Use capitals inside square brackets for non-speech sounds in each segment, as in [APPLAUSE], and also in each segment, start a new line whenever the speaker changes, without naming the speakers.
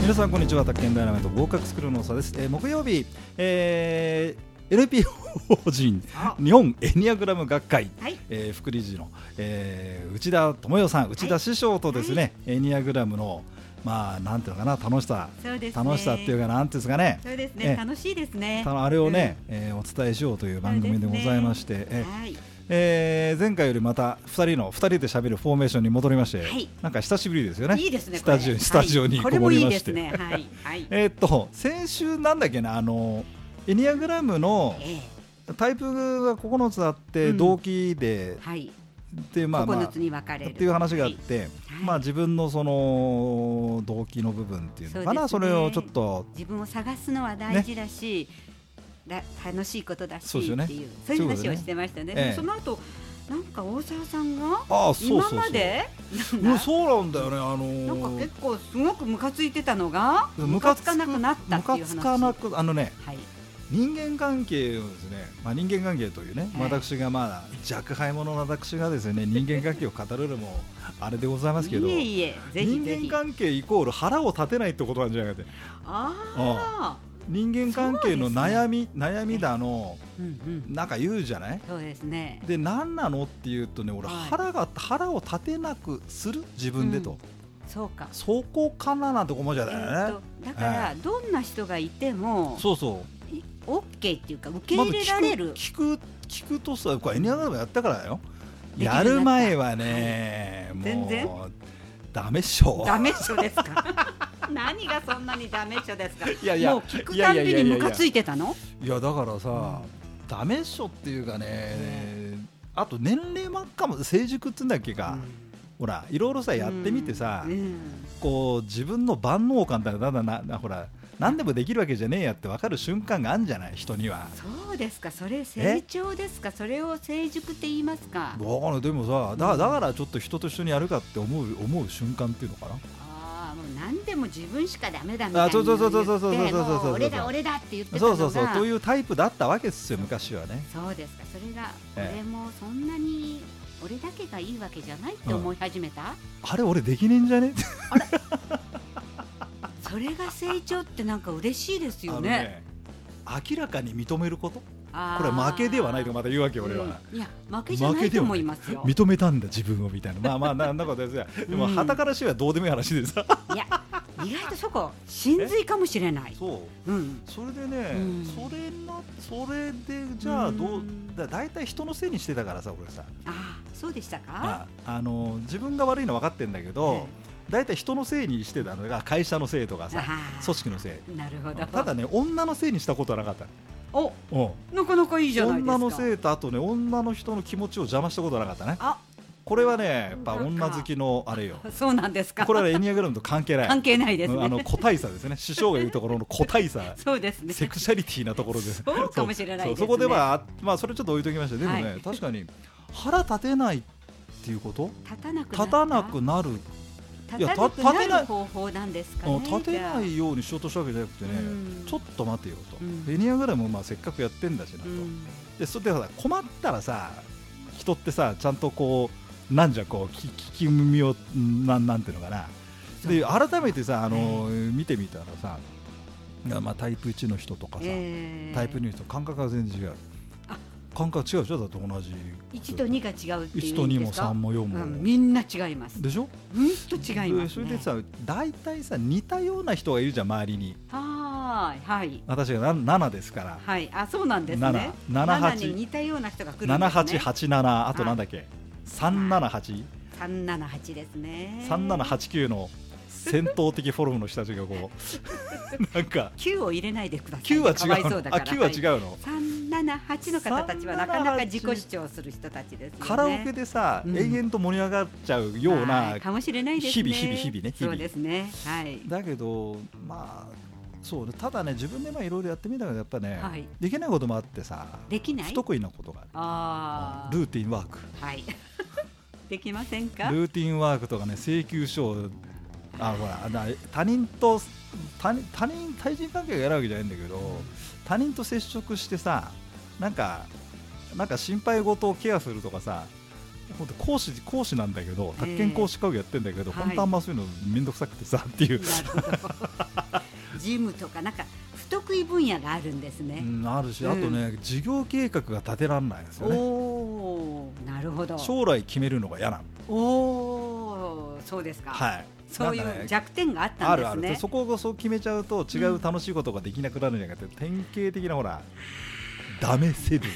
皆さんこんにちは宅建ダイナメント合格スクールの長です、えー木曜日、えー LP 法人
あ
日本エニアグラム学会、
はい
えー副理事の、えー内田智代さん内田師匠とですね、エニアグラムのまあなんていうのかな楽しさ、
そうですね
楽しさっていうかなんていうんですかね
そうです
ええ
ね、楽しいですね。
たあれをね、えーお伝えしようという番組でございまして、
うん。
えー
はい。
えー前回よりまた2人の2人で喋るフォーメーションに戻りまして、
はい
なんか久しぶりですよね
いいですね。
スタジオ
これ
にスタジオに
はいこ
こ
れ
も
もい
り
い
ま
で
し
す
て、
ね。はい。はい。
えーっと先週なんだっけなあのエニアグラムの
ええ
タイプが9つあって、
うん
動機で
はい。
でまあまあ
9
っ
つに分かれる。
ていう話があっ
はい
て、
はい
まあ自分のその動機の部分っていうのかなそ,、
そうですね
れをちょっと
自分を探すのは大事だし、だ楽しいことだし
そうですよね
っていうそういう話をしてましたね。
そういうことねええ
でもその後なんか大沢さんが
ああそうそう
今
そう
まで
う
なん
ん
だ
そうなんだよねあの
なんか
ー
結構すごくムカついてたのがムカつかなくなったっていう話。
ムカつかなくあのね
はい。
人間関係をですね、まあ、人間関係というね、
はい
私がまあ若輩者の私がですね人間関係を語るのもあれでございますけど
いえいえ、ぜひぜひ。
人間関係イコール腹を立てないってことなんじゃなくて
ああ、
人間関係の悩み、悩みだの
うんうん、
なんか言うじゃない
そうですね。
で何なのっていうとね俺
はい
腹が腹を立てなくする自分でと、
うんそうか。
そこかななんて思うじゃ
え
ない、
ーとだから、
え
どんな人がいても
そうそう
いオッケーっていうか受け入れられる。
まず聞く聞く聞くとさこれエニアグラムやったからだよ
できるようにな
や
った
る前はね、もう
全然
ダメっしょ
ダメっしょですか。何がそんなにダメっしょですか。
いやいや
もう聞くたんびにムカつ
い
いてたの。
やいやだからさ、
う
ダメっしょっていうかね、あと年齢もあっかも成熟っつうんだっけか、ほらいろいろさやってみてさ、
うん
こう自分の万能感ってのはだんだんななほら何でもできるわけじゃねえやって分かる瞬間があるんじゃない人には。
そうですか。それ成長ですか。それを成熟って言いますか。
だからでもさだだからちょっと人と一緒にやるかって思う思う瞬間っていうのかな
ああ、もう何でも自分しかダメだみたいな。
あそうそうそうそうそうそうそうそうそう
も俺だ俺だって言ってたの
そ
が。
うそうそうというタイプだったわけですよ昔はね
そうですか、それが、
ええ
俺もそんなに、俺だけがいいわけじゃないって思い始めた、
あれ俺できねえんじゃね
それが成長ってなんか嬉しいです
あ
よ
の
ね。
明らかに認めること
あ
これ負けではないと
思
また言うわけ俺は、
いや、負けじゃないと思いますよ。
認めたんだ自分をみたいなまあまあなんだかですよでも
うん
はたからしてはどうでもいい話でさ
いや、意外とそこ、真髄かもしれない。
そう
うん。
それでね、
うん
それのそれでじゃあどう、
うん
だだいたい人のせいにしてたからさ俺さ
ああ、そうでしたか。
ああの自分が悪いの分かってんだけど、だいたい人のせいにしてたのが会社のせいとかさ
あー
組織のせい
なるほど。
ただね女のせいにしたことはなかった
お、
うん
なかなかいいじゃないですか。
女のせいとあとね女の人の気持ちを邪魔したことはなかったね
あ、
これはねやっぱ
そうか
女好きのあれよ
そうなんですか。
これはねエニアグラムと関係ない
関係ないです
うんあの
ね。
個体差です
[LAUGHS]
ね師匠が言うところの個体差
そうですね。
セクシャリティなところです
そうかもしれないですね
そうそうそこではあまあそれちょっと置いときましたでもね、
はい
確かに腹立てないっていうこと
立たなくな
立
った
なくなる、いや
立
た
たなくな
立てない
る方法なんですか
う
ね。
ん立て
じゃ
な
あ
いようにしようとしたわけじゃなくてね、
うん
ちょっと待てよと、
うん
エニアグラムまあせっかくやってんだしなと、
うん
でそれでほら困ったらさ人ってさちゃんとこうなんじゃこう聞聞き耳をなんなんていうのかなで改めてさあの、見てみたらさ、まあ、タイプ1の人とかさ、
えー
タイプ2の人感覚が全然違う
あ
感覚違うでしょだって同じ
一と二が違うっていう
1
意
と
味
2
で
も
すか
3も4も、
うんみんな違います。
でしょ
うんと違います、ね。
でそれでさ大体さ似たような人がいるじゃん周りに
はーいはい
私がな7ですから
はいあそうなんです
七
ね。
七八
に似たような人が来るんですね。
7887あとなんだっけ378
三七八ですね。
3789の戦闘的フォルムの人たちがこ
[LAUGHS]
うなんか
九を入れないでください。
9は
かわ
違
いうそ
の
うだか
あ
ら。
9は
は
違うの
い。三七八の方たちはなかなか自己主張する人たちですよね。
カラオケでさ
うん
永遠と盛り上がっちゃうよう
は
ない
かもしれないです
日
ね。
々日々日々ね日々
そうですね。はい。
だけどまあそうねただね自分でまあいろいろやってみたけどやっぱね
はい
できないこともあってさ
できない
不得意なことが
あ
あ
あ
るルーティンワーク
はい [LAUGHS] できませんか
ルーティンワークとかね請求書をあほらな他人と他人他人対人関係がやるわけじゃないんだけど他人と接触してさなんかなんか心配事をケアするとかさ本当講師講師なんだけど
え
宅建講師会をやってんだけど、
はい
本当あんまそういうの面倒くさくてさって
[LAUGHS]
いう、
なるほどジムとかなんか不得意分野があるんです
う
ね、
ん、あるしあとね事業計画が立てられないんですよ
お
ね
おーなるほど
将来決めるのが嫌なの
おおそうですか、
はい
そうい
なんか
う
ね
弱点があった
あ
ん
る
です
ある
ね
でそこをそう決めちゃうと違う楽しいことができなくなるんじゃなくて、典型的なほらダメセ
[LAUGHS]
ブン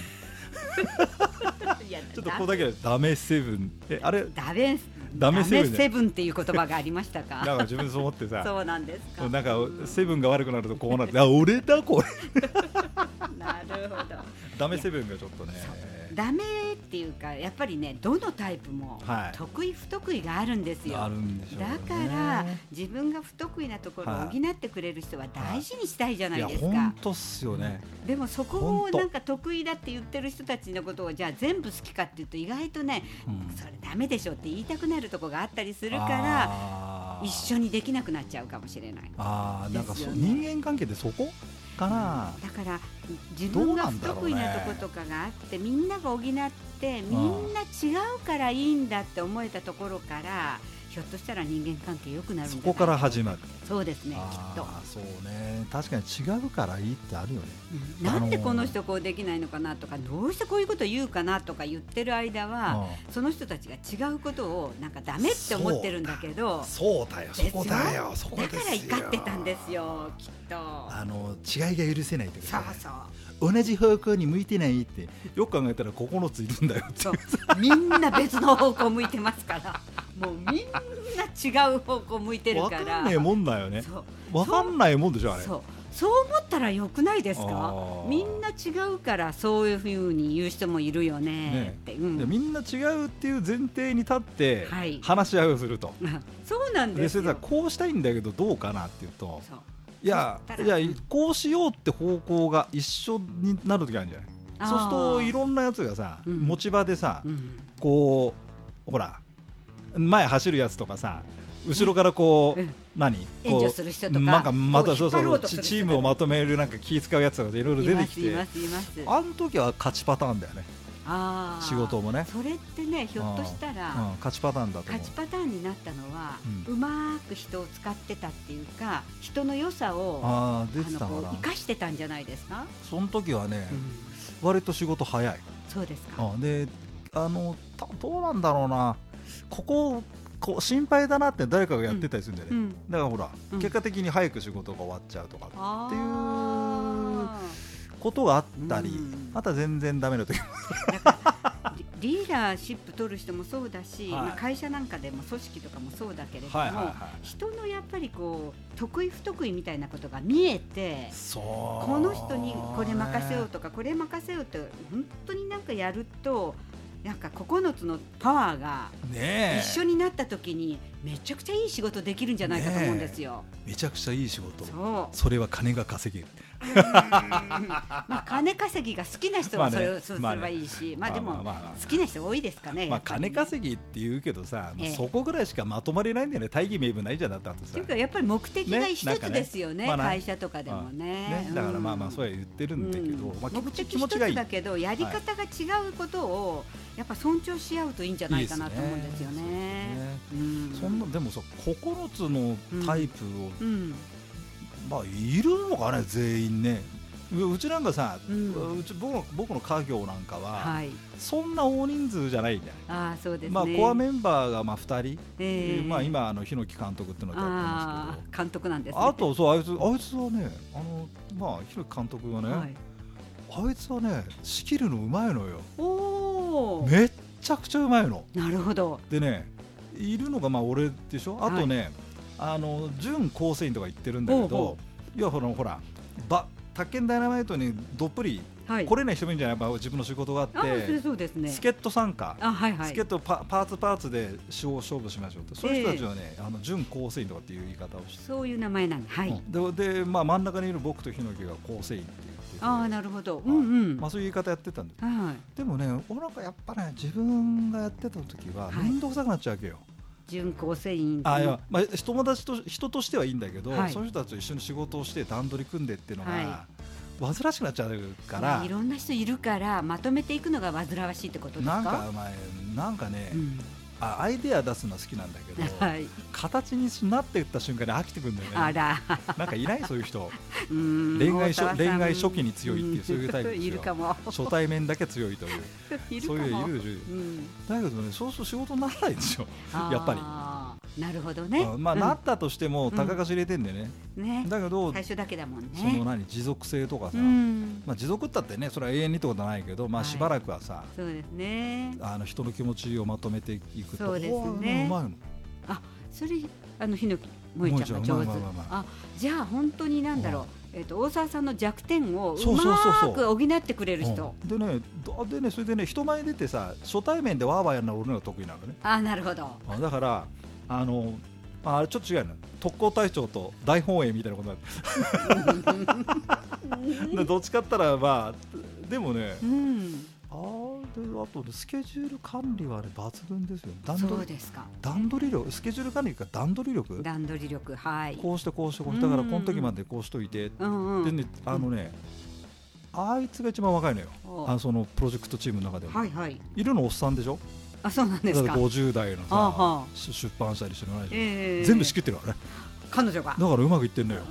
いや
ちょっとここだけでダメセブンえあれ
ダメ
ダメセブンじゃん
ダメブンっていう言葉がありました
[LAUGHS] なん
か
か自分そう思ってさ
[LAUGHS] そうなんですか
なんかセブンが悪くなるとこうなってあ俺だこれ [LAUGHS]
なるほど
ダメセブンがちょっとね
ダメっていうかやっぱりねどのタイプも
はい
得意不得意があるんですよ、
あるんでしょうね
だから自分が不得意なところを補ってくれる人は大事にしたいじゃないい
や
ですか、
本当っすよね
でもそこ
ほ
を
んと
なんか得意だって言ってる人たちのことをじゃあ全部好きかっていうと意外とね、
うん
それダメでしょって言いたくなるとこがあったりす
す
るから一緒
に
にできなくなっちゃうかもしれない
あーなんか
です
そ
よ
う
ね
人間関係ってそこかな
だから自分が不得意なと
どうなんだろう
こ
ね
とかがあって、みんなが補ってみんな違うからいいんだって思えたところからひょっとしたら人間関係良くなるんじ
そ
ゃない
こから始まる
そうですねきっと
あーそうね確かに違うからいいってあるよね
うんなんでこの人こうできないのかなとかどうしてこういうこと言うかなとか言ってる間は
う
その人たちが違うことをなんかダメって思ってるんだけど
そうだよそこだよそこ
だ
で
か
す
ら
よ
怒ってたんですよきっと
あの違いが許せないってこと
そう
ね
そう
同じ方向に向いてないってよく考えたら9ついるんだよって
そうみんな別の方向向いてますからもうみんな違う方向向いてる
分
から
かんねえもんだよね
そう
分かんないもんでしょあれ
そうそう思ったらよくないです
あ
か
ー
みんな違うからそういうふうに言う人もいるよね
ね
って、うん
でみんな違うっていう前提に立って
はい
話し合いをすると、
[LAUGHS] そうなん
で
です
それ
よ
でこうしたいんだけどどうかなっていうと
そう
いや
そした
い
ら
やこうしようって方向が一緒になる時あるんじゃない
あー
そうするといろんなやつがさ、
うん
持ち場でさ、
うん
こうほら前走るやつとかさ後ろからこう、
うん
何
援
こ
助
う
する人とか
なんかまた
こ
そうう
引っ張ろ
そうう
とす
チ
る人
チームをまとめるなんか気使うやつとかいろいろ出てき
いま
て
すいますいます
あの時は勝ちパターンだよね、
あー
仕事もね
それってねひょっとした
う
ら
ん、勝ちパターンだと思
勝
う
ちパターンになったのは、
う
うまーく人を使ってたっていうか人の良さをあ
ああ出て
の
たか
こう
な
生かしてたんじゃないですか、
その時はね、割と仕事早い
そうですか、
あであのたどうなんだろうなこここう心配だなって誰かがやってたりするんだよ
う
ね、
ん、
だからほら、
うん
結果的に早く仕事が終わっちゃうとか
あ
ーことがあったり、
うん
また全然ダメな時
[LAUGHS] ーリリーダーシップ取る人もそうだし、
はい
まあ、会社なんかでも組織とかもそうだけれども、
はいはいはい
人のやっぱりこう得意不得意みたいなことが見えて
そう
この人にこれ任せようとかこれ任せようって本当になんかやるとなんか9つのパワーが
ねえ
一緒になった時にめちゃくちゃいい仕事できるんじゃないかと思うんですよ。
めちゃくちゃいい仕事
そう
それは金が稼げる
まあ金稼ぎが好きな人
まあ
は
ね
それをそうす
まあ
れ
ね
ばいいし、まあで
まあ
も
まあまあまあ
好きな人多いですかね。
ま
や
あ
っぱり
金稼ぎって言うけどさ、
ええ
そこぐらいしかまとまりないんだよね大義名分ないじゃんだったと
っ
さ
ていうかやっぱり目的が
ね
一
なんか
つ
ね
ですよね
まあな
会社とかでもね
ね、だからまあまあそううは言ってるんだけど、
うん
まあ、
目的
気
一
持
つ
ちがいい
だけどやり方が違うことをやっぱ尊重し合うといいんじゃないかなと思うんですよ
いいです
ね。
ね
うん
そんなでもさ9つのタイプを、
うん
まあいるのかね全員ねううちなんかさ、う
うん
ち僕の僕の家業なんかは、
はい
そんな大人数じゃないんだよね
ああそうですね。
まあコアメンバーがまあ2人、
ええ
まあ今あの檜木監督っていうのをやってます
あ
けど
あ監督なんですね。
あとそうあいつあいつはねあのまあ檜木監督はね、
はい
あいつはね仕切るのうまいのよ
おお
めっちゃくちゃうまいの
なるほど。
でねいるのがまあ俺でしょあとね、あの準構成員とか言ってるんだけど
ほうほ
いやほらほらば宅建ダイナマイトにどっぷり
はい。
来れない人もいるんじゃないやっぱ自分の仕事があって
ああそれそうですね。
助っ人参加
あはいはい。
助っ人パパーツパーツで勝勝負しましょうってそういう人たちはね、あの準構成員とかっていう言い方をして、
そういう名前なんだ。はい。
うんでで、まあ、真ん中にいる僕とヒノキが構成員って言ってて
ああなるほど。うんうん。
ま
は
あ、そういう言い方やってたんです
い。
でもね俺なんかやっぱね自分がやってた時は
はい
面倒くさくなっちゃうわけよ、
準構成員。
あいやまあ、友達と人としてはいいんだけど、
はい
そういう人たちと一緒に仕事をして段取り組んでっていうのが、
は
煩わしくなっちゃうか
ま
ら
あいろんな人いるからまとめていくのが煩わしいってことですか
なんかお前なんかね、
うん
あアイデア出すのは好きなんだけど
はい、
形になっていった瞬間に飽きてくるんだよね
あら
なんかいないそういう
[LAUGHS]
人
恋
恋愛初恋愛初期に強いっていうそういうタイプですよ
いる
[LAUGHS]
かも
初対面だけ強いという
いるか
そういうの
も
いるでしょ
うん
だけどねそうすると仕事にならないでしょやっぱり
あーなるほどね
あまあ、
うん
なったとしても
ん
たかが知れてんでね、
ね
だけど、
最初だけだもん
その
ね
何持続性とかさ、
うん
まあ、持続ったってねそれは永遠にってことはないけど、まあ、
はい
しばらくはさ、
そうですね
あの人の気持ちをまとめていくと
そうですね
おーうまいの
それあのヒノキ萌えちゃんが
萌
上
え
手
ちゃんうまいうまいうまい
あじゃあ本当になんだろうえっと大沢さんの弱点をう
そうそう
ま
そうそう
ーく補ってくれる人
うんでねどでねそれでね人前出てさ初対面でわーわーやるのは俺の方が得意なのね
あなるほど
あだからあのああれちょっと違うの特攻隊長と大本営みたいなことになるでどっちかったらまあでもね
うん
あーであとねスケジュール管理はあれ抜群ですよ段
そ
取
う
り
ですか
段取り力スケジュール管理か段取り力
段取り力はい
こうしてこうしてこうしてだから
うん
この時までこうしといて、
うんう
で
ん
ねあのね、あいつが一番若いのよ
お
あのそのプロジェクトチームの中でも、
はいはい
いるのおっさんでしょ
あそうなんです
だ
か
って50代のさ
あは
し出版したりしてないでしょ、
ええ
全部仕切ってるからね
彼女が
だからうまくいってんのよ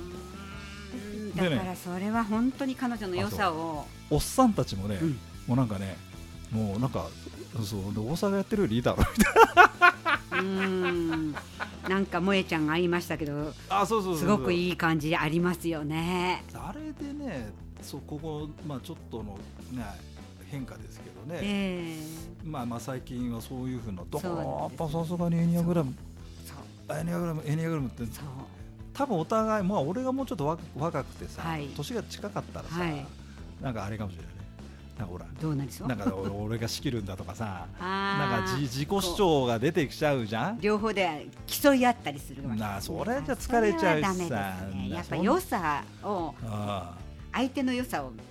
うん
でね
だからそれは本当に彼女の良さを
おっさんたちもね、
うん
もうなんかねもうなんかそうで大阪やってるよりいいだろ
うーんなんか萌えちゃんが言いましたけど
[LAUGHS] あそうそ
すごく
い
いい感じありますよね
あれでねそうここ、まあ、ちょっとの、ね、変化ですけどね、
ええ
まあ、まあ最近はそういうふうなとこ
そうなんです
やっぱさすがにエニアグラム
そう
エニアグラムエニアグラムって
そう
多分お互い、まあ、俺がもうちょっと若若くてさ、
はい
年が近かったらさ、
はい
なんかあれかもしれないねなんかほら
[LAUGHS] どうなりそう
なんか俺俺が仕切るんだとかさな
あ
ん
ー
かじ自己主張が出てきちゃうじゃん
両方で競い合ったりするわけ
なあそれじゃ疲れちゃうしさ
それはダメですねやっぱ
そん
良さを
あ
相手の良さを
あ
う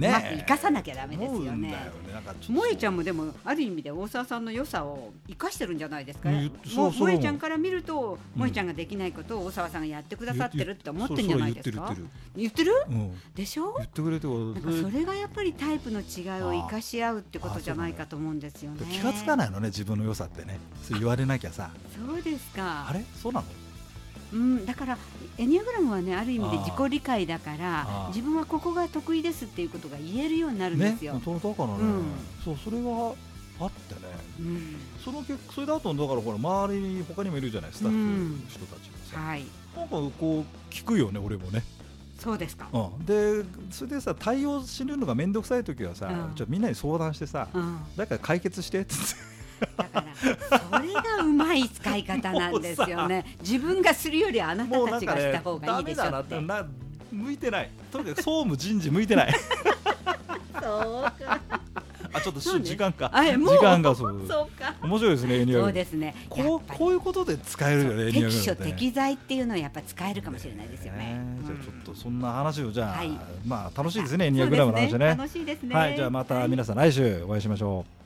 ね
まく生かさなきゃダメです
思
よ
うんだ
ね
よねなんかちょっと
萌えちゃんもでもある意味で大沢さんの良さを生かしてるんじゃないですか、
うん
ね、
そうそう
萌えちゃんから見ると、萌えちゃんができないことを大沢さんがやってくださってるって思ってるんじゃないですか
そうそう
言ってる
言ってる言ってるうん
でしょ
言ってくれてこ
なんかそれがやっぱりタイプの違いを生かし合うってことじゃないかと思うんですよね
気がつか
ない
ないのね自分の良さってねそう言われなきゃさ
そうですか
あれそうなの
うん、だからエニアグラムはねある意味で
あー
自己理解だから
あー
自分はここが得意ですっていうことが言えるようになるんで
ね
すよ、
そうだからね
うん
そうそれがあってね
うん、
その結それだとだからほら周りに他にもいるじゃないスタッフの人たちがさ
はい
なんかこう聞くよね俺もね
そうですか、
うん、でそれでさ対応するのが面倒くさい時はさ、
うん
じゃみんなに相談してさ、
うん、
だから解決してっつって
だからそれがうまい使い方なんですよね自分がするよりあな [LAUGHS] たたちがした方がい
ダ
いで
メ
しょ
だな
っ
って
て
な向いてないとにかく総務人事向いて
[LAUGHS]
ない
そうか
あちょっとし
なんで
時間か
あえもう
時間がそう
そうか
面白いですねエニアグ
そう
ラム
ですねやっ
こう
ぱり
こういうことで使えるよねエニアグラ
適
ム
所
ってね
適材っていうのはやっぱ使えるかもしれないですよね
えじゃ
うん
あちょっとそんな話をじゃあ、
はい
まあ楽しいですねエニアグラムの話
そう
ね
です楽しいですね
はいじゃあまた皆
さ
さん来週お会いしましょう